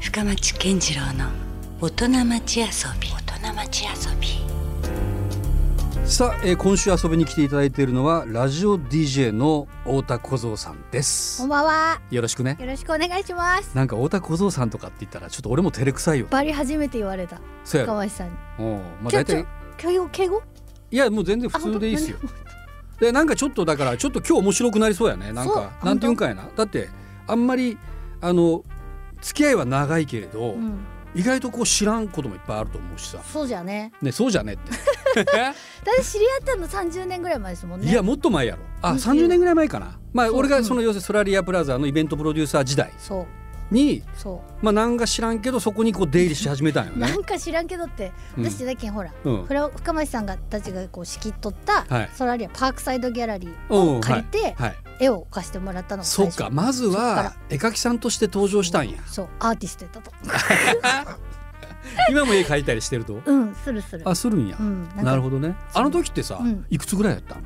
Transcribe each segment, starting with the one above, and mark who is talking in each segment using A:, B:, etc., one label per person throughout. A: 深町健次郎の大人町遊び大人町遊び
B: さあ、えー今週遊びに来ていただいているのはラジオ DJ の太田小僧さんで
C: こ
B: す
C: んばんは。
B: よろしくね
C: よろしくお願いします。
B: なんか太田小僧さんとかって言ったらちょっと俺も照れくさいよ
C: バリ初めて言われた。
B: そうやろ
C: 川内さんに。
B: うんまあ
C: ちょ
B: 大体
C: 敬語敬語？
B: いやもう全然普通でいいですよでなんかちょっとだからちょっと今日面白くなりそうやねなん
C: そう
B: かなんていうんかやなだってあんまりあの付き合いは長いけれど、
C: うん。
B: 意外とこう知らんこともいっぱいあると思うしさ
C: そうじゃね。
B: ねそうじゃねって
C: だって知り合ったの三十年ぐらい前ですもんね。
B: いやもっと前やろあ
C: うん
B: 30年ぐらい前かなまあ
C: そう
B: 俺が
C: うん
B: その要するにソラリアプラザのイベントプロデューサー時代
C: そう
B: に
C: そ
B: まあなんか知らんけどそこにこう出入りし始めたんよ
C: う。な
B: ね
C: んか知らんけどって、
B: うん
C: 私だけほら。
B: うん
C: フラ深町さんがたちがこう仕切っとった、
B: はい
C: ソラリアパークサイドギャラリー
B: うん
C: 借りて、
B: はい
C: 絵を貸してもらったのが
B: そ
C: 最
B: っ
C: 初
B: かまずは絵描きさんとして登場したんや
C: そうアーティストやったと
B: 今も絵描いたりしてると
C: うんするする
B: あするんや
C: うんなん
B: なる
C: か
B: ほどねあの時ってさ
C: うん
B: いくつぐらいやったの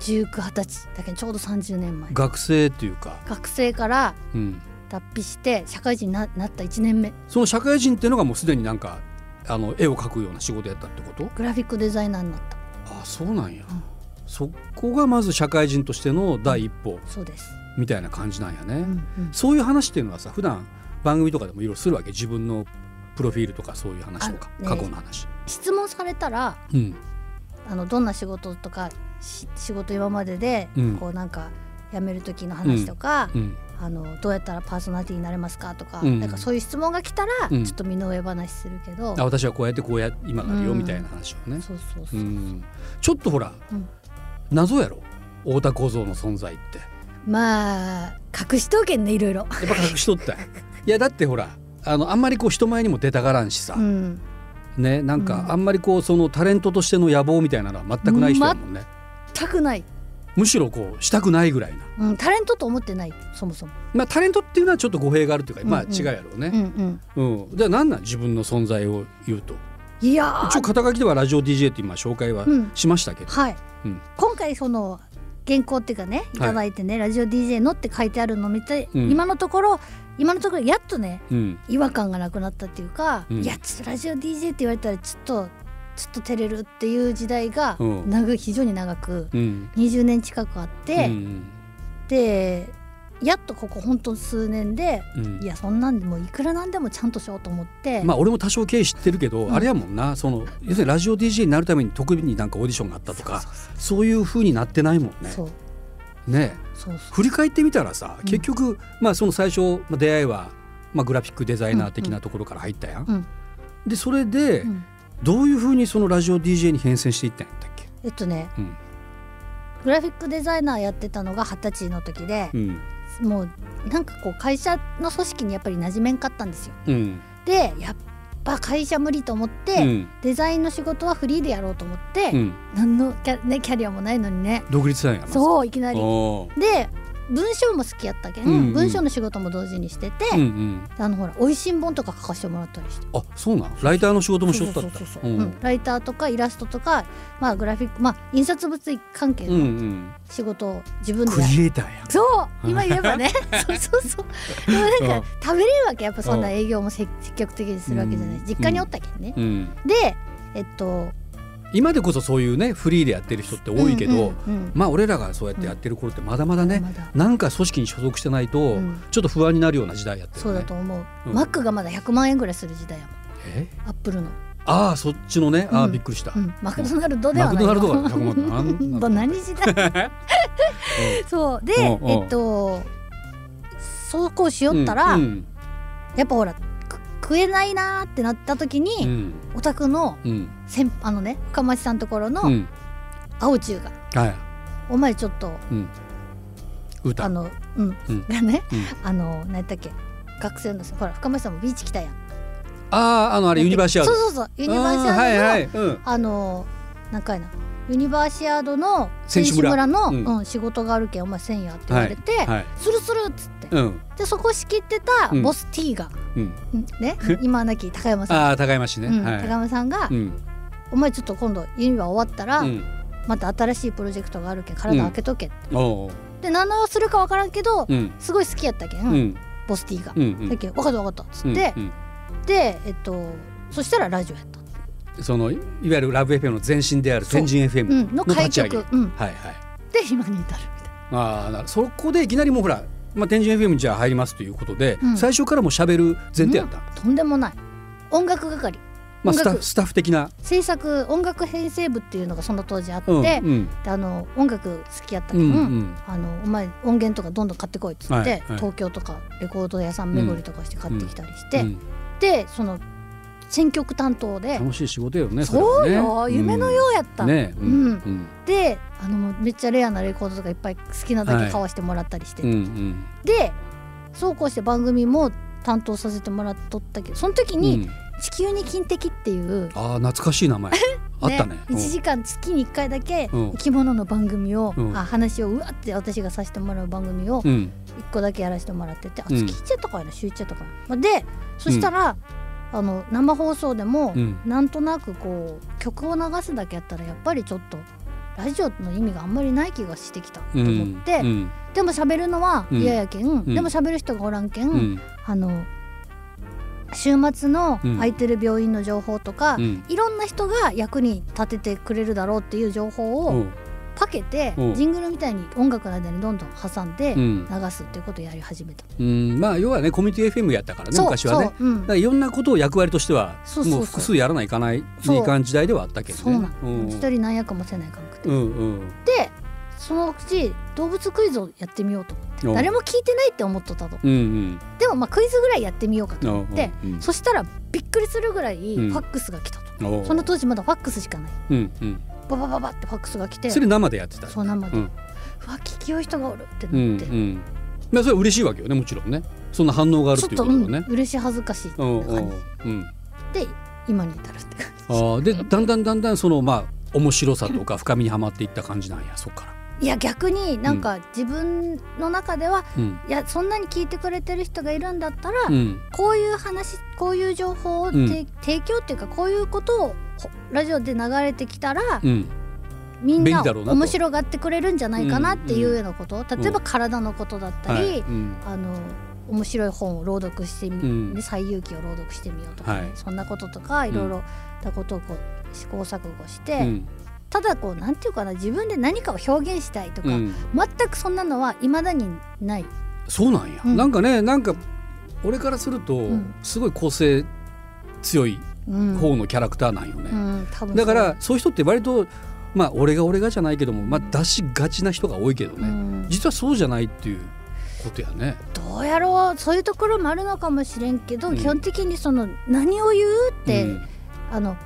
C: 1920歳だけどちょうど30年前
B: 学生っていうか
C: 学生から
B: うん
C: 脱皮して社会人にななった1年目
B: その社会人っていうのがもうすでになんかあの絵を描くような仕事やったってこと
C: グラフィックデザイナーになった
B: あそうなんや
C: うん
B: そこがまず社会人としての第一歩
C: そうです、
B: みたいな感じなんや
C: う
B: ね
C: んうん、
B: そういう話っていうのはさ普段番組とかでもいろいろするわけ自分のプロフィールとかそういう話とか
C: あね
B: 過去の話
C: 質問されたら
B: うん
C: あのどんな仕事とかし仕事今までで、
B: うん
C: こうなんか辞める時の話とか、
B: うん
C: あのどうやったらパーソナリティになれますかとか、
B: うん
C: なんかそういう質問が来たら、
B: うん
C: ちょっと身の上話するけど、
B: あ私はこうやってこうや今があるよ
C: うん
B: みたいな話をね
C: そうそう
B: う
C: そう、
B: んちょっとほら
C: うん
B: 謎やろ太田小僧の存在って
C: まあ隠しとけんねいろいろ、
B: やっぱ隠しとったよいやだってほらあのあんまりこう人前にも出たがらんしさ、
C: うん、
B: ねなんか
C: うん
B: あんまりこうそのタレントとしての野望みたいなのは全くない人やもんね、
C: たくない、
B: むしろこうしたくないぐらいな
C: うん、タレントと思ってないそもそも、
B: まあタレントっていうのはちょっと語弊があるというか、まあ
C: うんうん
B: 違うやろう
C: うん
B: ね
C: うん、
B: うん、じゃあ何なん自分の存在を言うと
C: いやー
B: 一応肩書きではラジオ DJ って今紹介は
C: うん
B: しましたけど、
C: はい、
B: うん
C: 今回その原稿っていうかねいただいてね、ラジオ DJ のって書いてあるの見て、
B: うん
C: 今のところ今のところやっとね
B: うん
C: 違和感がなくなったっていうか、
B: うん
C: いやちょっとラジオ DJ って言われたらちょっとちょっと照れるっていう時代が
B: うん
C: 長く非常に長く
B: うん
C: 20年近くあ
B: う
C: っ
B: んう
C: て、
B: ん
C: でやっとここほんと数年で
B: うん
C: いやそんなんでもいくらなんでもちゃんとしようと思って、
B: まあ俺も多少経緯知ってるけど、
C: うん
B: あれやもんなその要するにラジオ DJ になるために特になんかオーディションがあったとかそういう風になってないもんね。
C: そう
B: ね
C: そうそう
B: 振り返ってみたらさ
C: ん
B: 結局、まあその最初、まあ、出会いは、まあ、グラフィックデザイナー的なところから入ったやん。
C: うんうん
B: でそれで、
C: うん
B: どういう風にそのラジオ DJ に変遷していったんやったっけ、
C: えっとね
B: うん
C: グラフィックデザイナーやってたのが二十歳の時で、
B: うん
C: もうなんかこう会社の組織にやっぱり馴染めんかったんですよ
B: うん
C: でやっぱ会社無理と思って、
B: うん
C: デザインの仕事はフリーでやろうと思って、
B: うん、
C: 何のキャ,、ね、キャリアもないのにね
B: 独立したんやな
C: そういきなり
B: おー
C: で文章も好きやったけん、
B: うんうん
C: 文章の仕事も同時にしてて、
B: うんうん、
C: あのほら「おいしん本」とか書かせてもらったりして。
B: あそうなんライターの仕事もし
C: そ
B: ょ
C: う
B: っ
C: そ
B: た
C: う
B: っ
C: そうそ
B: た
C: う、うん、ライターとかイラストとか、まあ、グラフィック、まあ、印刷物関係
B: うんう
C: の
B: ん、
C: 仕事を自分で
B: クリエイターや
C: そう今言えば ねそうそうそうでもな
B: う
C: ん
B: ん
C: か食べれるわけやっぱそんな営業も積積極的にするわけじゃな
B: う
C: い
B: ん
C: 実家におったけんね、
B: うん、
C: でえっと
B: 今でこそそういうねフリーでやってる人って多いけど、
C: うんうんうん
B: まあ俺らがそうやってやってる頃ってまだまだね、
C: まだ
B: なんか組織に所属してないと、
C: ん
B: ちょっと不安になるような時代やってる
C: そ
B: よ
C: う
B: ね
C: だと思う、
B: うん
C: マックがまだ100万円ぐらいする時代やもん
B: え
C: アップルの、
B: ああそっちのねああ、
C: うん
B: びっくりした、
C: うん、マクドナルドで
B: マ
C: は
B: ク
C: な
B: ド
C: い
B: ナルド
C: よ
B: が100万なんなんだ
C: 何時代そうで
B: うんうん
C: えっとそうこうしよったら、
B: うん
C: やっぱほらく食えないなーってなった時
B: う
C: に、
B: ん
C: お宅の
B: うんうん
C: 先あのね深町さんところ
B: う
C: の
B: ん
C: 青中が、
B: はい
C: お前ちょっと
B: うん歌
C: あのうん、
B: うん
C: がね、
B: う
C: あの何やったっけ学生のほら深町さんもビーチ来たやん
B: あああのあれユニバーシアード
C: そうそうそうユニバーシアードのあ,、
B: あはいはい、うん、
C: の何回なユニバーシアードの
B: 選
C: 選
B: 手
C: 手
B: 村
C: 村の
B: うん
C: うん仕事があるけんお前せんやって言われて、
B: はい
C: スルスルっつって
B: うん
C: でそこ仕切ってた
B: うん
C: ボス T が、
B: うん
C: うんね今はなき高山さん、
B: ああ高山市ね、
C: うん
B: はい
C: 高山さんが、
B: うん
C: お前ちょっと今度ユニバ終わったら、
B: うん
C: また新しいプロジェクトがあるけん体開けとけ」って、
B: おう
C: で何をするか分からんけど、
B: うん
C: すごい好きやったけん、
B: うん
C: ボス T が。
B: うんう
C: だっ
B: ん
C: け分かった分かったっつって、
B: うん
C: てえっとそしたらラジオやった
B: そのいわゆるラブ FM の前身である
C: そう
B: 天神
C: うん
B: FM の
C: の開
B: 立ち上
C: 局
B: げ、
C: うん
B: はいはい
C: で今に至るみたいな
B: ああなるそこでいきなりもうほら、まあ、天神 FM にじゃあ入りますということで、
C: うん
B: 最初からもう喋る前提やった、
C: とんでもない音楽係
B: まあ、スタッ
C: 音
B: フ
C: 楽
B: スタッフ的な、
C: 制作音楽編成部っていうのがその当時あって、
B: うん
C: で
B: うん
C: あの音楽好きやった
B: う
C: け
B: ん
C: ど、
B: うん
C: あのお前音源とかどんどん買ってこいっつって、
B: はいはい
C: 東京とかレコード屋さん巡りとかして買ってきたりして、
B: うん
C: でその選曲担当で、
B: 楽しい仕事よね
C: そ
B: れ
C: う
B: はね
C: よ、夢のようやった、
B: うんねうん
C: うん
B: うん
C: であのもうめっちゃレアなレコードとかいっぱい好きなだけ買わしてもらったりして、
B: うんうん
C: でそうこうして番組も担当させてもらっとったけどその時
B: う
C: に
B: ん
C: 「地球に金的」っていう、
B: ああ懐かしい 名前あったねうん
C: 1時間月に1回だけ
B: うん
C: 生き物の番組を、
B: うん
C: あ話をうわって私がさせてもらう番組を
B: うん
C: 1個だけやらせてもらってて、あ
B: うん
C: 月1やったかな週1やったかな、まあでそしたら、あの生放送でも、
B: うん
C: なんとなくこう曲を流すだけやったらやっぱりちょっとラジオの意味があんまりない気がしてきたと
B: うん
C: 思って、
B: うん
C: でも喋るのは
B: うん
C: 嫌やけん、
B: ん
C: でも喋る人がおらんけん、
B: うん
C: あの週末の
B: うん
C: 空いてる病院の情報とか、
B: うん
C: いろんな人が役に立ててくれるだろうっていう情報
B: う
C: を
B: ん
C: パケて、
B: うん
C: ジングルみたいに音楽の間にどんどん挟んで
B: う
C: 流
B: ん
C: すっていうことをやり始めた。
B: うんまあ要はねコミュニティ FM やったからね昔はねだか
C: そう、うん
B: らいろんなことを役割としては
C: そうそうそう
B: もう複数やらないかない
C: そう
B: いい感じ時代ではあったけど
C: そう
B: ね
C: なん
B: うん
C: 一人何役もせないかんくて、
B: うんうん
C: でそのうち動物クイズをやってみようと
B: うん
C: 誰も聞いてないって思っとったと
B: うんうん
C: でもまあクイズぐらいやってみようかと
B: うん
C: 思って、
B: うん
C: そしたらびっくりするぐらいフ
B: うん
C: ァックスが来たと、
B: おう
C: その当時まだファックスしかない
B: うんうん
C: ババババってファックスが来て
B: それ生でやってた
C: そう生で、
B: う
C: うんわ聞きよい人がおるって
B: うん
C: なっ
B: う
C: て、
B: んまあそれは嬉しいわけよねもちろんねそんな反応がある
C: ち
B: っ
C: ょ
B: て
C: っ、
B: いうことと
C: う
B: は
C: ん
B: ね、
C: 嬉しい恥ずかしいって
B: う
C: い
B: んう
C: う
B: ん
C: 感じ
B: うん
C: で今に至るって感
B: あーでだんだんだんだんそのまあ面白さとか深みにはまっていった感じなんやそっから。
C: じいや逆になんか自分の中では、
B: うん
C: いやそんなに聞いてくれてる人がいるんだったら、
B: うん
C: こういう話こういう情報をて、
B: うん
C: 提供っていうかこういうことをほラジオで流れてきたら、
B: うん
C: みん
B: 便
C: な
B: 利だろうなと
C: 面白がってくれるんじゃないかなっていううんようなこと、例えば体のことだったり、
B: はいうん
C: あの面白い本を朗読してみ、
B: うん
C: ね最遊記を朗読してみようとかね、
B: はい
C: そんなこととかいろいろなことをこう試行錯誤し
B: う
C: て、
B: ん
C: ただこうなんていうかな自分で何かを表現したいとか、
B: うん
C: 全くそんなのは未だにない。
B: そうなんや、
C: うん
B: なんかねなんか俺からすると、
C: ん
B: すごい個性強い
C: うん
B: 方のキャラクターなんよ
C: う
B: ね、
C: ん多分そう
B: だからそういう人って割とまあ俺が俺がじゃないけども、まあ、出しがちな人が多いけど
C: う
B: ね、
C: ん
B: 実はそうじゃないっていうことやね。
C: どうやろうそういうところもあるのかもしれんけど、
B: うん
C: 基本的にその何を言うって、
B: うん
C: あの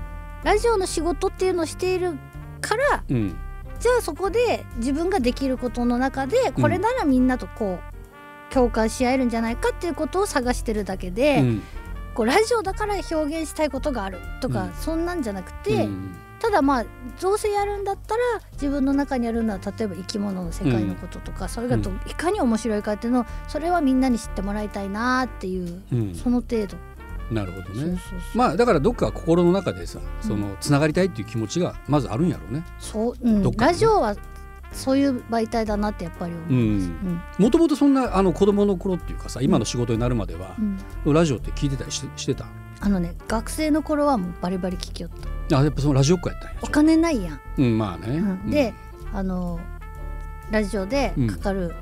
C: ラジオの仕事っていうのをしているから
B: うん
C: じゃあそこで自分ができることの中でこれならみんなとこう、共感し合えるんじゃないかっていうことを探してるだけで、
B: うん
C: こうラジオだから表現したいことがあるとか、
B: うん
C: そんなんじゃなく
B: う
C: て、
B: ん
C: ただまあどうせやるんだったら自分の中にあるのは例えば生き物の世界のこととか、それがど
B: う
C: いかに面白いかっていうのをそれはみんなに知ってもらいたいなっていう
B: うん
C: その程度、
B: なるほどね。
C: そうそうそう
B: まあだからどっか心の中でさそのつながりたいっていう気持ちがまずあるんやろうね。
C: そう、うん
B: どっかにね
C: ラジオはそういう媒体だなってやっぱり思う、うん
B: んもともとそんなあの子供の頃っていうかさ今の仕事になるまでは
C: う、ん
B: ラジオって聞いてたりししてた
C: あのね学生の頃はもうバリバリ聞きよった
B: あやっぱそのラジオっ子やったんや
C: お。金ないやん、
B: うんまあね。
C: うんで、あのラジオでかかる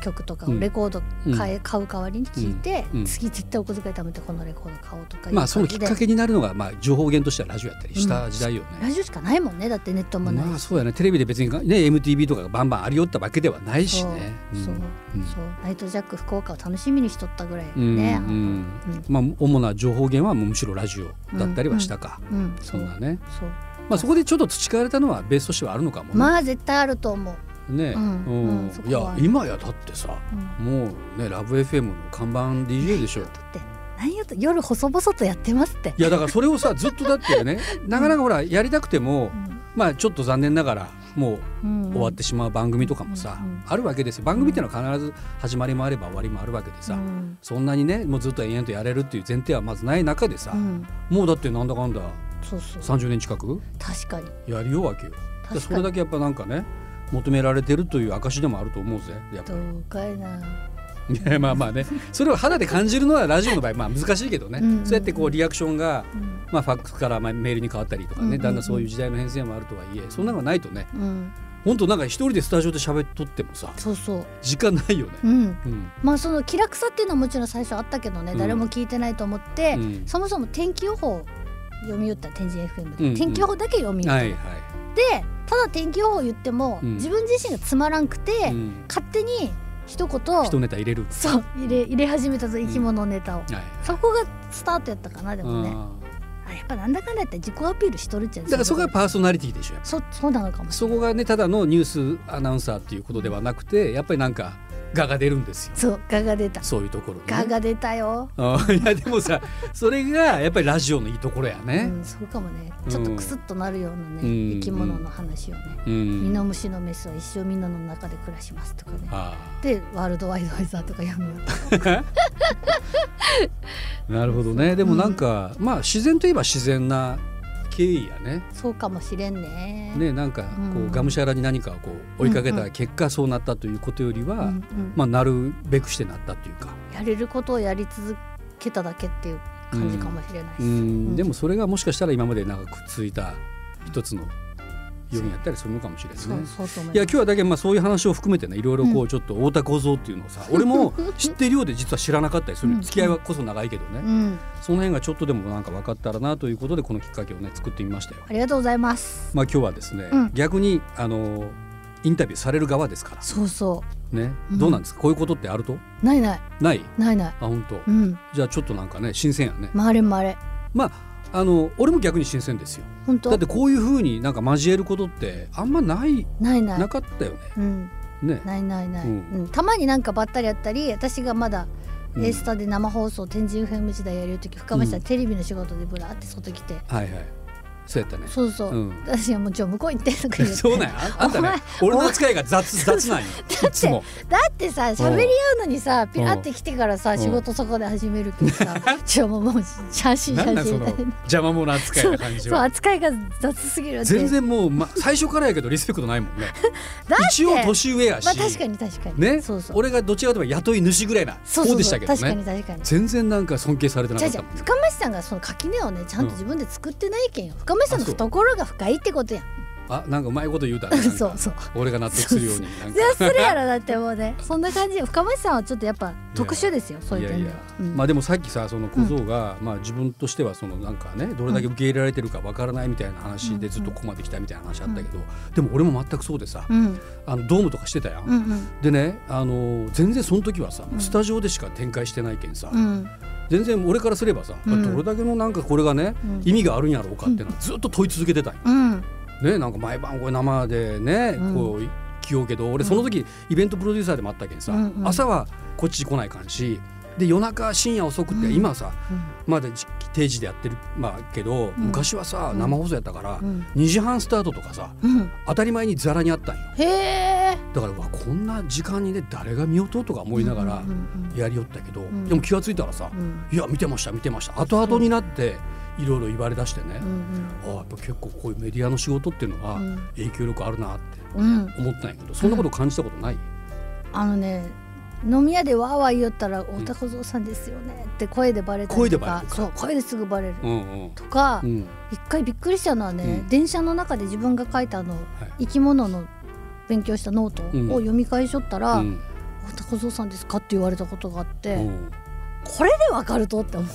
C: 曲とか
B: う
C: を
B: ん
C: レコード
B: うん
C: 買え、買う代わりに聞いて、
B: うんうん
C: 次絶対お小遣い貯めてこのレコード買おうとかいう
B: まあそのきっ
C: 感じで
B: かけになるのがまあ情報源としてはラジオやったりした時代よね。
C: ラジオしかないもんねだってネットもないし、
B: まあそうやねテレビで別にね MTV とかがバンバンありよったわけではないし
C: そう
B: ね。
C: そう,、
B: うん
C: そうナイトジャック福岡を楽しみにしとったぐらいね、
B: うんう
C: あの
B: ん
C: うん
B: まあ主な情報源はもうむしろラジオだったりはしたか。
C: うん、
B: そ
C: そ
B: ん
C: う
B: なね。
C: そう
B: まあ、そこでちょっと培われたのはベースとしてはあるのかもね。
C: まあ絶対あると思う、
B: ね、
C: うんうんそ
B: い
C: こ
B: や
C: は
B: 今やだってさ、
C: うん
B: もうねラブ FM の看板 DJ でしょ。
C: だって何やと夜細々とやってますって
B: いやだから それをさずっとだってねなかなかほらやりたくても、まあちょっと残念ながらもう終わってしまう番組とかもさ、
C: うんうん
B: あるわけですよ番組ってのは必ず始まりもあれば終わりもあるわけでさ、
C: うん
B: そんなにねもうずっと延々とやれるっていう前提はまずない中でさ、
C: うん
B: もうだってなんだかんだ
C: そうそう
B: 30年近く
C: 確かに
B: やりようわけよ。
C: 確かに
B: それだけやっぱなんかね求められてるという証でもあると思うぜやっぱ
C: どうかいな
B: いや まあまあねそれを肌で感じるのはラジオの場合まあ難しいけどね、
C: うんうん
B: そうやってこうリアクションが、
C: うん
B: まあ、ファックスからまあメールに変わったりとかね、
C: うんうんうん
B: だんだんそういう時代の変遷もあるとはいえそんなのがないとね
C: うん、
B: 本当なんか一人でスタジオで喋っとってもさ
C: そうそう、
B: 時間ないよね。
C: うん、
B: うん
C: まあその気楽さっていうのはもちろん最初あったけどね、
B: うん
C: 誰も聞いてないと思って、
B: うん
C: そもそも天気予報読み打った天神 FM で、
B: うんうん
C: 天気予報だけ読み打っ
B: は
C: て、
B: いは
C: でただ天気予報言っても、
B: うん
C: 自分自身がつまらんくて、
B: い、うん、
C: 勝手に一言
B: 一ネタ入れる。
C: そう入れ入れ始めたぞ生き物ネタを、
B: はい
C: そこがスタートやったかなでもね、
B: あ
C: あやっぱなんだかんだ言って自己アピールしとるっちゃう
B: ーだからそこがパーソナリティでしょやっぱ
C: そそうなのかもし
B: そこがねただのニュースアナウンサーっていうことではなくてやっぱりなんか画が出るんですよ
C: れないそうガが出た
B: そういうところにね、
C: ガが出たよ、
B: あーいやでもさそれがやっぱりラジオのいいところや
C: う
B: ね。
C: ん、そうかもねちょっとクスッとなるようなね、
B: うん
C: 生き物の話をね、
B: う
C: ミノ
B: ん、
C: ムシのメスは一生ミノの中で暮らしますとかね
B: あ
C: でワールドワイドアイザーとか読むよ
B: ー なるほどねでもなんか、まあ自然といえば自然な経緯やね。
C: そうかもしれんね
B: ねなんかこう、
C: うん
B: がむしゃらに何かをこう追いかけ
C: うんう
B: た結果そうなったということより
C: うん
B: は、
C: うん
B: まあ、なるべくしてなったというか、
C: やれることをやり続けただけっていう感じかもしれない
B: う
C: し、
B: んでもそれがもしかしたら今まで長く続いた一つの要因やったりするのかもしれない
C: そ
B: ね
C: う。そうと思います
B: いや今日はだけどまあそういう話を含めてねいろいろこ
C: う
B: うちょっと太田小僧っていうのをさ、俺も知ってるようで実は知らなかったりする、
C: うん
B: 付き合いはこそ長いけどね、
C: うん、
B: その辺がちょっとでもなんか分かったらなということでこのきっかけをね作ってみましたよ。
C: ありがとうございます
B: まあ今日はですね、
C: うん
B: 逆にあのインタビューされる側ですから
C: そうそ
B: ね、
C: うん
B: どうなんですかこういうことってあると
C: うないない
B: ない
C: ないない
B: あ本当、
C: うん
B: じゃあちょっとなんかね新鮮やね
C: 回れん回れ
B: まああの俺も逆に新鮮ですよ
C: 本当
B: だってこういうふうになんか交えることってあんまない
C: ないない
B: なかったよね
C: うん
B: ね
C: ないないない、う
B: うんん
C: たまになんかばったりやったり私がまだ
B: うん
C: A スタで生放送天神 FM 時代やる時深町さん、
B: うん
C: テレビの仕事でブラーって外来て
B: はいはいそうやったね
C: そうそう、
B: うん
C: 私はもうちょ向こう行ってとか言って
B: そうなんやああんたね俺の扱いが雑雑 なんよいつも
C: だってさ喋り合うのにさピラって来てからさ
B: ん
C: 仕事そこで始めるけど さちょもうもう写真写
B: なんなんそ
C: 真
B: の
C: みたいな
B: 邪魔者扱いな感じ
C: そう
B: は
C: 扱いが雑すぎるって
B: 全然もう、 ま、最初からやけどリスペクトないもんね
C: だって
B: 一応年上やし、
C: まあ確かに確かに
B: ね
C: そうそう
B: 俺がどちらかといえば雇い主ぐらいな
C: そうそ
B: 方
C: う
B: で
C: そ
B: した
C: う
B: けど
C: 確かに
B: ね
C: 確かに
B: 全然なんか尊敬されてな
C: じ
B: か
C: ゃ
B: っ
C: じ
B: た
C: ゃ
B: もんね
C: 深町さんがその垣根をねちゃんと自分で作ってないけんよ、深町さんの
B: あそう
C: 懐が深いってことやん
B: あなんかうまいこと言うたねなんか
C: そうそう
B: 俺が納得する ようになん
C: いや
B: か
C: するやろだってもう ねそんな感じ深町さんはちょっとやっぱ特殊ですよそう
B: い
C: いう
B: や
C: 点
B: い
C: で
B: や
C: は、うん
B: まあでもさっきさその小僧が、まあ自分としてはそのなんかねどれだけ受け入れられてるかわからないみたいな話でずっとここまで来たみたいな話あったけど、でも俺も全くそうでさ、
C: うん
B: あのドームとかしてたやん、
C: うんうん
B: でねあの全然その時はさ
C: うん
B: スタジオでしか展開してないけんさ、
C: うん
B: 全然俺からすればさ、
C: うん
B: どれだけのなんかこれがね、
C: うん
B: 意味があるんやろうかってのはずっと問い続けてたんよ
C: うん
B: ねなんか毎晩これ生でね、
C: うん
B: こう来ようけど俺その時、イベントプロデューサーでもあったけんさ、
C: うんうん
B: 朝はこっち来ないかんしで夜中深夜遅くって、
C: うん
B: 今さまだじ定時でやってる、まあ、けど、昔はさ生放送やったから、
C: うん
B: 2時半スタートとかさ
C: うん
B: 当たり前にザラにあったんよ
C: へえ
B: だからうわこんな時間にね誰が見ようととか思いながら
C: うんうん
B: やりよったけど、
C: ん
B: でも気が付いたらさ、
C: うん
B: いや見てました見てました後々になっていろいろ言われだしてね、
C: うん
B: ああやっぱ結構こういうメディアの仕事っていうのは
C: うん
B: 影響力あるなって
C: うんうん
B: 思ったんやけどそんなこと感じたことない、
C: あのね飲み屋でわーわー言ったら「太田小僧さんですよね」って声でバレたり
B: 声
C: と
B: で
C: か
B: バレるか
C: そう声ですぐバレる、
B: うん
C: とか、
B: うんうん
C: 一回びっくりしたのはね、
B: うん
C: 電車の中で自分が書いたあの
B: はい
C: 生き物の勉強したノート
B: うん
C: を読み返しとったら
B: う
C: 「
B: ん
C: 太田小僧さんですか?」って言われたことがあって、
B: うん
C: これでわかるとって思っ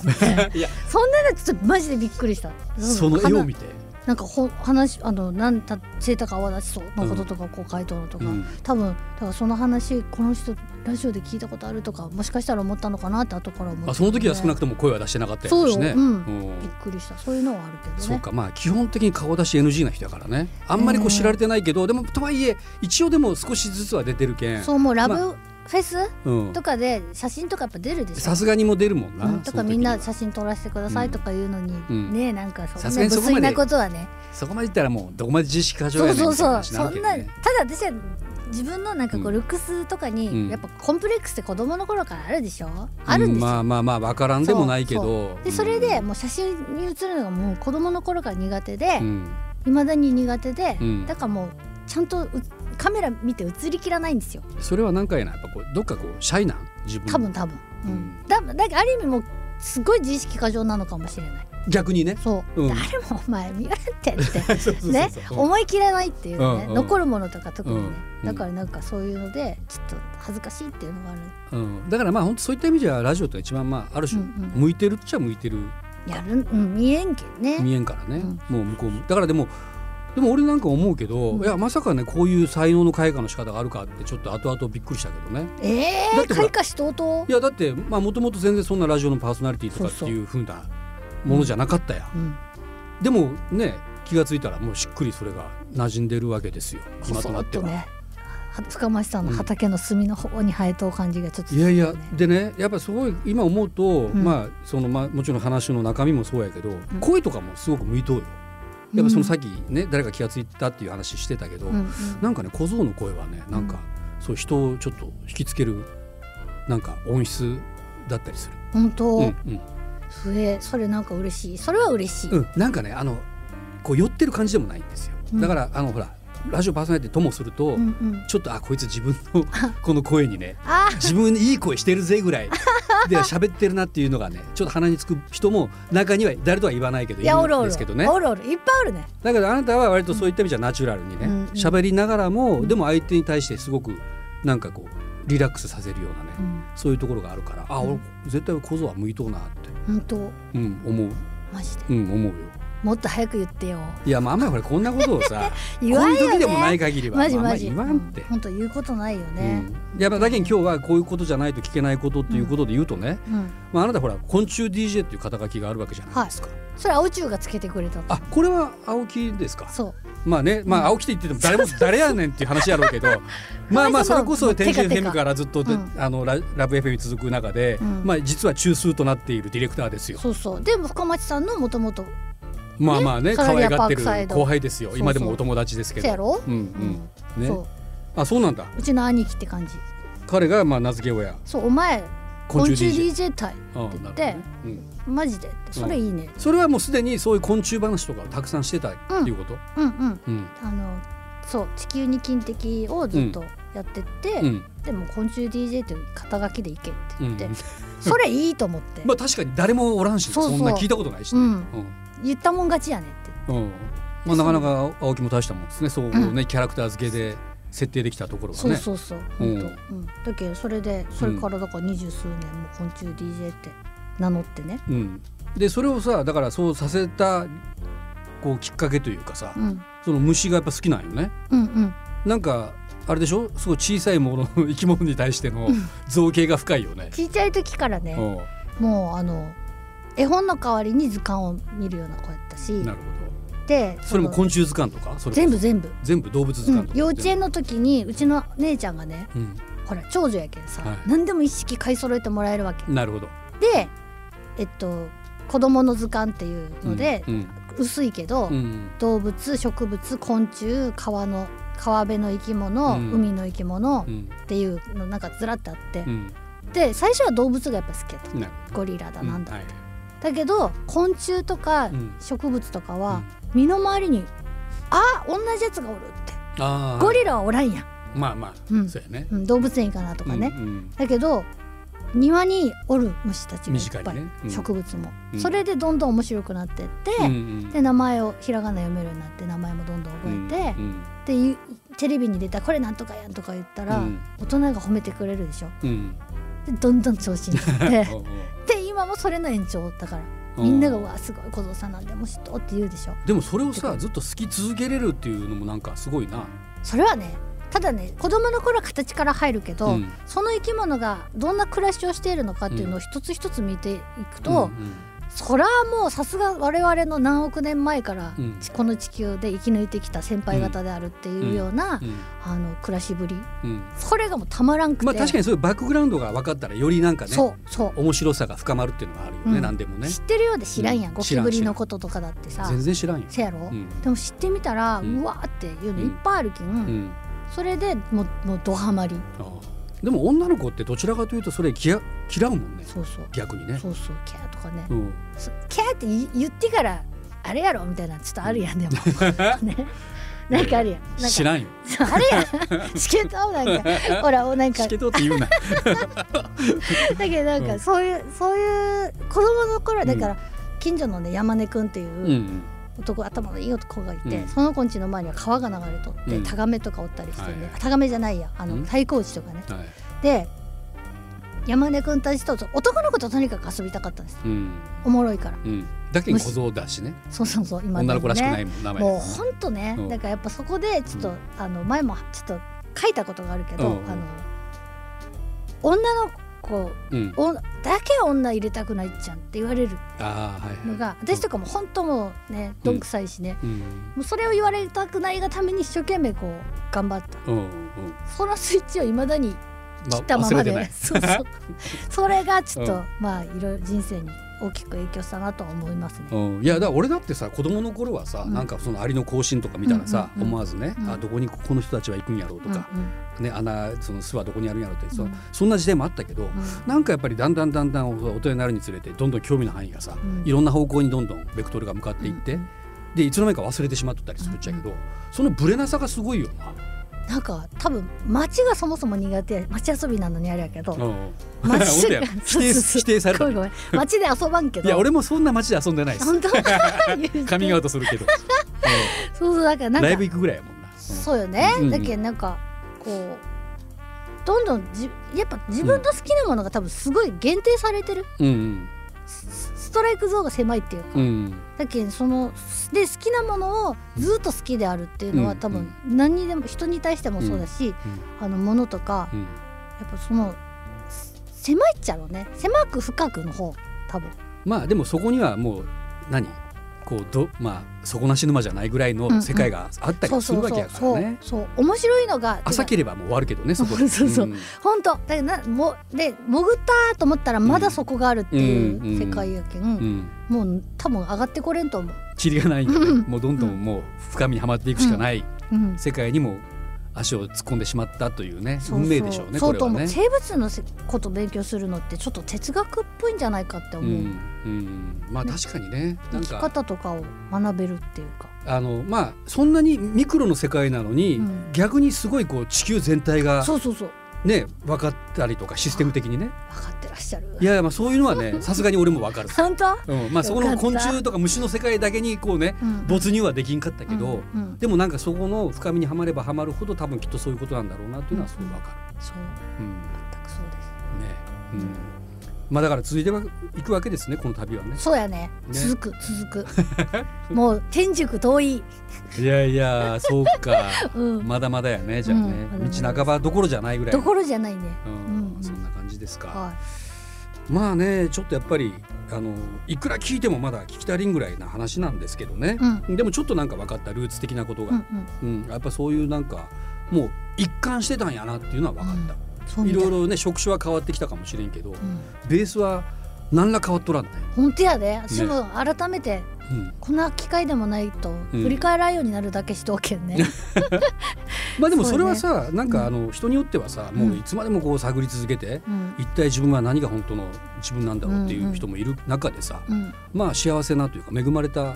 C: て
B: いや
C: そんなのちょっとマジでびっくりした
B: その絵を
C: 花
B: 見て、
C: なんかほ話あのなんた生高泡立ちそうのこととかこう書いとるのとか、
B: うん
C: 多分だからその話この人ラジオで聞いたことあるとかもしかしたら思ったのかなって後から思って、
B: あその時は少なくとも声は出してなかったや
C: そう
B: ろ
C: よ、
B: ね
C: うん
B: うん
C: びっくりしたそういうのはあるけどね
B: そうかまあ基本的に顔出し NG な人だからねあんまりこう知られてないけど、でもとはいえ一応でも少しずつは出てるけん
C: そうもうラブ
B: ま
C: フェス
B: うん
C: とかで写真とかやっぱ出るでしょ
B: さすがにもう出るもんな、
C: うんとかみんな写
B: さ
C: 真撮らせてくださいとか言うのに、
B: ん
C: ねえなんかそ
B: さ
C: ん
B: す
C: な
B: がにそ
C: 無
B: こま
C: 粋
B: で
C: なことはね
B: そこまでいったらもうどこまで自意識過剰
C: そ
B: や
C: う
B: ねんみ
C: そう
B: たいな
C: そ
B: 話に
C: う
B: な
C: そ
B: るけ
C: ん
B: ど
C: なた
B: ね
C: だ私は自分のなんかこう、
B: うん
C: ルックスとか
B: うん
C: にやっぱコンプレックスって子供の頃からあるでしょ、あるん
B: う
C: ですよ、
B: まあまあまあわからんでもないけど
C: でそれでもう写真に写るのがもう子供の頃から苦手で
B: うん
C: 未だに苦手で、
B: うん
C: だからもうちゃんとうカメラ見て映りきらないんですよ
B: それは何回なやっぱこうどっかこうシャイな自分
C: 多分多分、うん
B: うん
C: だだからある意味もうすごい自意識過剰なのかもしれない
B: 逆にね
C: そう、
B: うん
C: 誰もお前見られて って
B: そうそうそう
C: ね
B: そう
C: 思い切れないっていうね、
B: うんうん
C: 残るものとか特にね、
B: うん
C: だからなんかそういうのでちょっと恥ずかしいっていうのがある
B: うん、だからまあ本当そういった意味ではラジオって一番まあある種
C: うんうん
B: 向いてるっちゃ向いてる
C: やるうん見えんけんね
B: 見えんからね、
C: うん
B: もう向こうもだからでもでも俺なんか思うけど、
C: うん
B: いやまさかねこういう才能の開花の仕方があるかってちょっと後々びっくりしたけどね
C: え
B: だっ
C: ー、
B: てほら
C: 開花しとうと
B: いやだってまあもともと全然そんなラジオのパーソナリティとかって
C: そうそう
B: いうふうなものじゃなかったやん
C: う、うん、
B: でもね気がついたらもうしっくりそれが馴染んでるわけですよ今となっては。
C: そうねは深町さんの畑の隅の方に生えとう感じがちょっと、
B: いやいやでねやっぱすごい今思うと、
C: ん
B: まあそのまあもちろん話の中身もそうやけど、声とかもすごく向いとうよやっぱそのさっきね、誰か気がついたっていう話してたけど、
C: うんうん
B: なんかね小僧の声はねなんか、そう人をちょっと引きつけるなんか音質だったりする。
C: 本当、
B: うんうん
C: それそれなんか嬉しいそれは嬉しい、
B: うん、なんかねあのこう寄ってる感じでもないんですよ。
C: うん
B: だからあのほらラジオパーソナリティともすると、
C: うんうん
B: ちょっとあこいつ自分のこの声にね
C: あ
B: 自分いい声してるぜぐらいで喋ってるなっていうのがねちょっと鼻につく人も中には誰とは言わないけどい
C: い
B: る
C: やおる
B: ん
C: お
B: で
C: る
B: すけどね
C: おるおるいっぱいおるね
B: だけどあなたは割とそういった意味じゃナチュラルにね
C: うんうん
B: 喋、りながらもでも相手に対してすごくなんかこうリラックスさせるようなね、
C: うん
B: そういうところがあるからあ俺絶対小僧は向いとうなって、
C: 本当
B: うん、思う、
C: マジで
B: うん、思うよ。
C: もっと早く言ってよ
B: いやまああんまりこれこんなことをさ
C: 言わ
B: こう
C: ん
B: いう
C: よ
B: 時でもない
C: ね
B: 限りは
C: マジ
B: まああんま
C: マ
B: り
C: ジ
B: 言わんって。
C: 本当言うことないよね
B: うん、いやまあだけに今日はこういうことじゃないと聞けないことっていうことで言うとね、
C: うん
B: まあ、あなたほら昆虫 DJ っていう肩書きがあるわけじゃないですか、
C: それは宇宙がつけてくれたと
B: あこれは青木ですか
C: そう
B: まあねまあ青木って言ってても誰も誰やねんっていう話やろうけ どまあまあそれこそ天
C: てか
B: 神
C: てか
B: FM からずっとで、
C: うん
B: あのララブ FM に続く中で、
C: うん
B: まあ実は中枢となっているディレクターですよ
C: そうそうでも深町さんのもともと
B: まあまあね
C: ね
B: 可愛がってる
C: カラリアパークサイド
B: 後輩ですよ
C: そうそう
B: 今でもお友達ですけ
C: せ
B: ど
C: やろ
B: うんうんね
C: そう
B: あそうなんだ
C: うちの兄貴って感じ
B: 彼がまあ名付け親
C: そうお前
B: 昆
C: 昆
B: 虫
C: 虫
B: DJ,
C: DJ 隊
B: あ
C: っ
B: な
C: て
B: る
C: 言
B: ほ
C: っ
B: ど
C: て
B: ねうん
C: マジでってそれいいね
B: それはもうすでにそういう昆虫話とかをたくさんしてたっていうこと、
C: うんうん
B: うん
C: あのそう地球に金的をずっとやってって、
B: うん
C: でも昆虫 DJ という肩書きでいけって
B: う
C: 言っ
B: ん
C: て、 それいいと思って、
B: まあ確かに誰もおらんしね
C: そうそう
B: そんな聞いたことないし
C: う
B: ね、
C: ん、
B: うん
C: 言ったもん勝ちやねって
B: うんまあ、なかなか青木も大したもんですねそうね、キャラクター付けで設定できたところが
C: そう
B: ね
C: そうそう、
B: うん
C: 本当、うん、だけどそれでそれからだから二十数年も昆虫 DJ って名乗ってね、
B: うん、でそれをさだからそうさせたこうきっかけというかさ、
C: うん、
B: その虫がやっぱ好きなんよね
C: うんうん
B: なんかあれでしょすごい小さいもの 生き物に対しての造形が深いよね。
C: ちっちゃい時から
B: う
C: ね、
B: ん
C: もうあの絵本の代わりに図鑑を見るような子やったし
B: なるほ
C: で
B: どそれも
C: の
B: 昆虫図鑑とかそれ
C: 全部全部、
B: 全部動物図
C: う
B: 鑑
C: ん
B: と、か、
C: 幼稚園の時にうちの姉ちゃんがね
B: うん、
C: ほら長女やけんさ、
B: はい
C: 何でも一式買い揃えてもらえるわけ
B: なるほど。
C: でえっと子供の図鑑っていうので、
B: うん
C: 薄いけど、
B: うんうん
C: 動物植物昆虫川の川辺の生き物、
B: うん
C: 海の生き物っ
B: うん
C: ていうのなんかずらってあって
B: う、ん
C: で最初は動物がやっぱ好きやった
B: なる
C: ゴリラだ
B: ほど
C: なんだ、
B: はい
C: だけど昆虫とか
B: うん
C: 植物とかは身の回りに、あ同じやつがおるって
B: あー
C: ゴリラはおらんやん、
B: まあまあ、
C: うん
B: そうやね。
C: うん、動物園行かなとかね、
B: うんうん
C: だけど庭におる虫たちがいっぱ
B: 身近
C: い、
B: にねうん
C: 植物も、
B: うん
C: それでどんどん面白くなってって、
B: うんうん
C: で名前をひらがな読めるようになって名前もどんどん覚えて、
B: うん
C: でゆテレビに出た「これなんとかやん」とか言ったら、
B: うん
C: 大人が褒めてくれるでしょ
B: うん
C: でどんどん調子に乗って
B: お う
C: で今もそれの延長だから
B: おう
C: みんなが「うわすごい小僧さんなんでもしと」って言うでしょ
B: でもそれをさずっと好き続けれるっていうのもなんかすごいな。
C: それはねただね子供の頃は形から入るけ
B: う
C: ど、
B: ん
C: その生き物がどんな暮らしをしているのかっていうのを一つ一つ見ていくと、
B: うん
C: そらもうさすが我々の何億年前から
B: うん
C: ちこの地球で生き抜いてきた先輩方であるっていうような、
B: うん
C: あの暮らしぶり
B: うんうん
C: それがもうたまらんくて、
B: まあ確かにそういうバックグラウンドが分かったらよりなんかね
C: そうそう、
B: 面白さが深まるっていうのがあるよ
C: う
B: ね
C: ん
B: 何でもね
C: 知ってるようで知らんやん、
B: うん
C: ゴキブリのこととかだってさ
B: 全然知らんよ。
C: せやろ、
B: うん
C: でも知ってみたら、
B: う
C: うんわーっていうのいっぱいあるけん、
B: うん
C: それでもうもうドハマり
B: あーでも女の子ってどちらかというとそれ嫌嫌うもんね
C: そうそう
B: 逆にね。
C: そうそうキャーとかね、
B: うん
C: そキャーって言言ってからあれやろみたいなちょっとあるやんでもねなんかあるやんなんか
B: 知らんよ。
C: そうあれやんしけたなんかほらおなんか
B: しけとうって言うな。
C: だけどなん
B: う
C: か
B: ん
C: そういう、そういう子供の頃
B: うん。
C: だから、近所のね山根くんっていううん男、頭のいい男がいて、
B: うん
C: その子んちの前には川が流れとって、
B: うん
C: タガメとかおったりしてね、
B: はいはい
C: あタガメじゃないやあの、
B: うん
C: 太鼓打ちとかね
B: はい。
C: で山根くんたちと男の子ととにかく遊びたかったんです
B: うん。
C: おもろいから
B: うん。だけに小僧だしね。
C: そうそうそう今で
B: 女
C: も
B: の子らしくない
C: ね
B: もん名前。
C: もうほんとね、
B: うん
C: だからやっぱそこでちょっと、
B: うん
C: あの前もちょっと書いたことがあるけ
B: う
C: ど、
B: んうん
C: あの女の子
B: うん。
C: おだけ女入れたくないじゃんって言われる
B: ああはいはい。
C: のが私とかも本当もうねどんくさいしね、
B: うん。
C: もうそれを言われたくないがために一生懸命こう頑張った
B: うんうん。
C: そのスイッチをいまだに
B: ま
C: 切ったままで、
B: 忘れて
C: そ うそうそれがちょっと、
B: うん
C: まあいろいろ人生に大きく影響したなとは思いますね。
B: ない。うん、いやだから俺だってさ子供の頃はさ、
C: うん
B: なんかそのアリの行進とか見たらさ、
C: うんうんうん
B: 思わずね、
C: うん
B: あどこにこの人たちは行くんやろうとか、
C: うんうん
B: ね穴その巣はどこにあるんやろうってそ,、
C: うん
B: そんな時代もあったけど、
C: うん
B: なんかやっぱりだんだんだんだん大人になるにつれてどんどん興味の範囲がさ、
C: うん
B: いろんな方向にどんどんベクトルが向かっていって、
C: うん
B: でいつの間にか忘れてしまっとったりするっちゃけど、そのブレなさがすごいよな。
C: なんか多分街がそもそも苦手街遊びなのにあれやけど
B: うん
C: 街
B: 本当や
C: が
B: 否定否定された
C: ごめんごめん街で遊ばんけ
B: い
C: ど
B: や俺もそんな街で遊んでないです。
C: 本当
B: カミングアウトするけど、う
C: そうそうだからなんん
B: ラ
C: か
B: イブ行くぐらいやもんな。
C: そうよね、
B: うん
C: だけどなんかこうどんどんじやっぱ自分の好きなものが多分すごい限定されてる、
B: うん
C: スストライクゾーンが狭いっていうか、
B: うんうん
C: だけどそので好きなものをずっと好きであるっていうのは
B: うん
C: 多分何にでも人に対してもそうだし、あのものとか
B: うん
C: やっぱそのす狭いっちゃろうね狭く深くの方多分
B: まあでもそこにはもう何こうどまあ底なし沼じゃないぐらいの世界があった
C: そ
B: り
C: う
B: す
C: そ
B: る
C: う
B: わけ
C: そ
B: や
C: う
B: から
C: そう、
B: ね。
C: そう面白いのが
B: 浅ければもう終わるけどねそこで。
C: そうそう
B: うん
C: 本当だからなもで潜ったと思ったらまだそこがあるっていう世界やけん、
B: うん
C: もう多分上がってこれんと思う、
B: 地理がないんでね
C: うん
B: もうどんどんもう深みにはまっていくしかない
C: うん、
B: 世界にも足を突っ込んでしまったというね
C: そうそう
B: 運命でしょうね
C: そ
B: こ
C: う
B: れ
C: と
B: は
C: 思う
B: ね。
C: 生物のせこと勉強するのってちょっと哲学っぽいんじゃないかって
B: う
C: 思う、
B: んうんまあ確かにねな
C: 生
B: ん
C: き
B: か
C: 方とかを学べるっていうか
B: あのまあそんなにミクロの世界なのに
C: うん
B: 逆にすごいこう地球全体が
C: そうそうそう
B: ね分かったりとかシステム的にね
C: 分かってらっしゃる
B: いやいやまあそういうのは ねさすがに俺も分かる。
C: 本当、
B: うん、まあそこの
C: よかった
B: 昆虫とか虫の世界だけにこうね
C: うん
B: 没入はできんかったけど、
C: うんうん
B: でもなんかそこの深みにはまればはまるほど多分きっとそういうことなんだろうなというのはすごいわか
C: そう
B: る。うん
C: 全くそうで
B: ねうんまあだから続いてはいくわけですねこの旅はね
C: す。そうやね
B: ね
C: 続く続く もう天竺遠い、
B: いやいやそうか
C: うん、
B: まだまだやねじゃあね、
C: うん
B: 道半ばどころじゃないぐらい
C: ど
B: の。
C: ころじゃないね
B: うん
C: うん
B: そんな感じですか、
C: はい
B: まあねちょっとやっぱりあのいくら聞いてもまだ聞き足りんぐらいな話なんですけどね、でもちょっとなんか分かったルーツ的なことが、
C: うんうん
B: うん、やっぱそういうなんかもう一貫してたんやなっていうのは分かった、
C: そうみ
B: い
C: た
B: ろいろね職種は変わってきたかもしれんけど、
C: うん
B: ベースは何ら変わっとらんね、
C: 本当やで私も改めて
B: うん、
C: こんな機会でもないと振り返らんようになるだけしとけんね、
B: まあでも
C: そ
B: そうれ
C: ね
B: はさ、なんかあの人によってはさ、
C: うん
B: もういつまでもこう探り続けて、
C: うん
B: 一体自分は何が本当の自分なんだろうってい
C: んう
B: うん人もいる中でさ、
C: うん、
B: まあ幸せなというか恵まれた、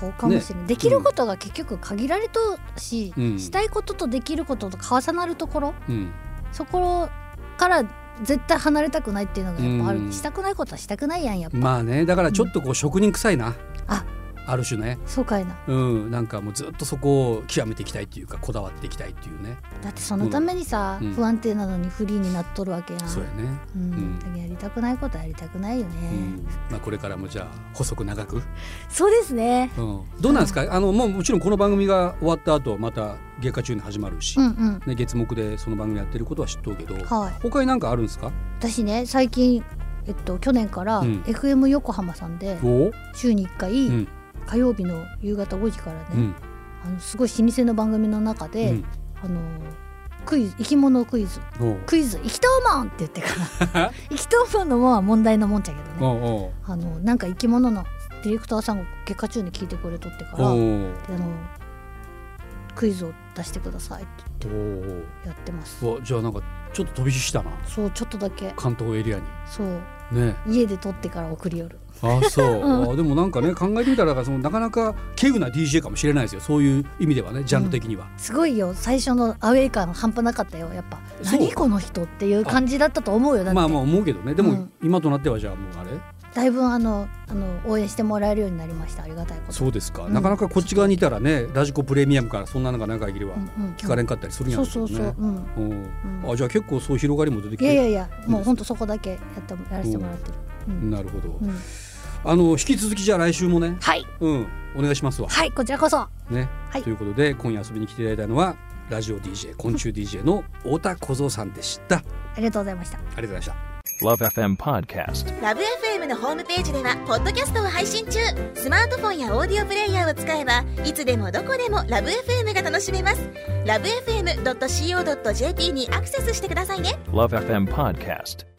C: そうかもしれない、できることが結局限られとし、
B: うん
C: したいこととできることと重なるところ
B: うん、
C: そこから絶対離れたくないっていうのがやっぱある、
B: うん
C: したくないことはしたくないやんやっぱ、
B: まあねだからちょっとこう職人臭いな、
C: あ
B: ある種ね、
C: そうかいな
B: うん、なんかもうずっとそこを極めていきたいっていうかこだわっていきたいっていうね、
C: だってそのためにさ、
B: うん
C: 不安定なのにフリーになっとるわけやん
B: そうやね。
C: うん
B: うん
C: だけどやりたくないことはやりたくないよね、
B: うんまあ、これからもじゃあ細く長く、
C: そうですね
B: うん、どうなんですか、あのもうもちろんこの番組が終わった後また月下中に始まるし、
C: うんうん
B: ね、月目でその番組やってることは知っとうけど、
C: はい
B: 他に何かあるんですか
C: 私ね最近、えっと、去年から
B: うん
C: FM 横浜さんで
B: お
C: 週に1回、
B: うん
C: 火曜日の夕方5時からね、
B: うん
C: あのすごい老舗の番組の中
B: う
C: で、
B: ん
C: あのクイズ生き物クイズ
B: おう
C: クイズ生きとうもんって言ってから 生きとうもんのもんは問題のもんじゃけどね
B: おうおう
C: あのなんか生き物のディレクターさんが結果中に聞いてくれとってか
B: お
C: らで
B: う
C: あのクイズを出してくださいって
B: おう
C: やってます
B: おうわじゃあなんかちょっと飛び火したな
C: そうちょっとだけ
B: 関東エリアに、
C: そう
B: ね
C: 家で撮ってから送りよる
B: あそう、 あでもなんかね考えてみたらなんかそのなかなか稀有な DJ かもしれないですよそういう意味ではねジャンル的には、
C: すごいよ最初のアウェイ感半端なかったよやっぱ
B: そう
C: 何この人っていう感じだったと思うよだって、
B: まあまあ思うけどねでも、
C: うん
B: 今となってはじゃあもうあれ
C: だいぶあのあの応援してもらえるようになりましたありがたいこと
B: そうですか、
C: うん
B: なかなかこっち側にいたらねラジコプレミアムからそんな中長い切りは
C: うんうんうん
B: 聞かれんかったりするんや
C: そ
B: ろ
C: うそう
B: け
C: そ
B: ど
C: う、うん、
B: お
C: うん
B: うあじゃあ結構そう広がりも出てき
C: い
B: て
C: やいやいや
B: す
C: もうほんとそこだけやってもやらせてもらってる、うん
B: なるほど、
C: うん
B: あの引き続きじゃあ来週もね
C: はい
B: うんお願いしますわ、
C: はいこちらこそ
B: ね
C: はい
B: ということで今夜遊びに来ていただいたのはラジオ DJ 昆虫 DJ の太田小僧さんでしたあ
C: ありがとうございました
B: りがとうございました
D: Love FM Podcast.
E: ラブ f m のホームページではポッドキャストを配信中スマートフォンやオーディオプレイヤーを使えばいつでもどこでもラブ f m が楽しめますラブ FM.co.jp にアクセスしてくださいね
D: Love FM Podcast.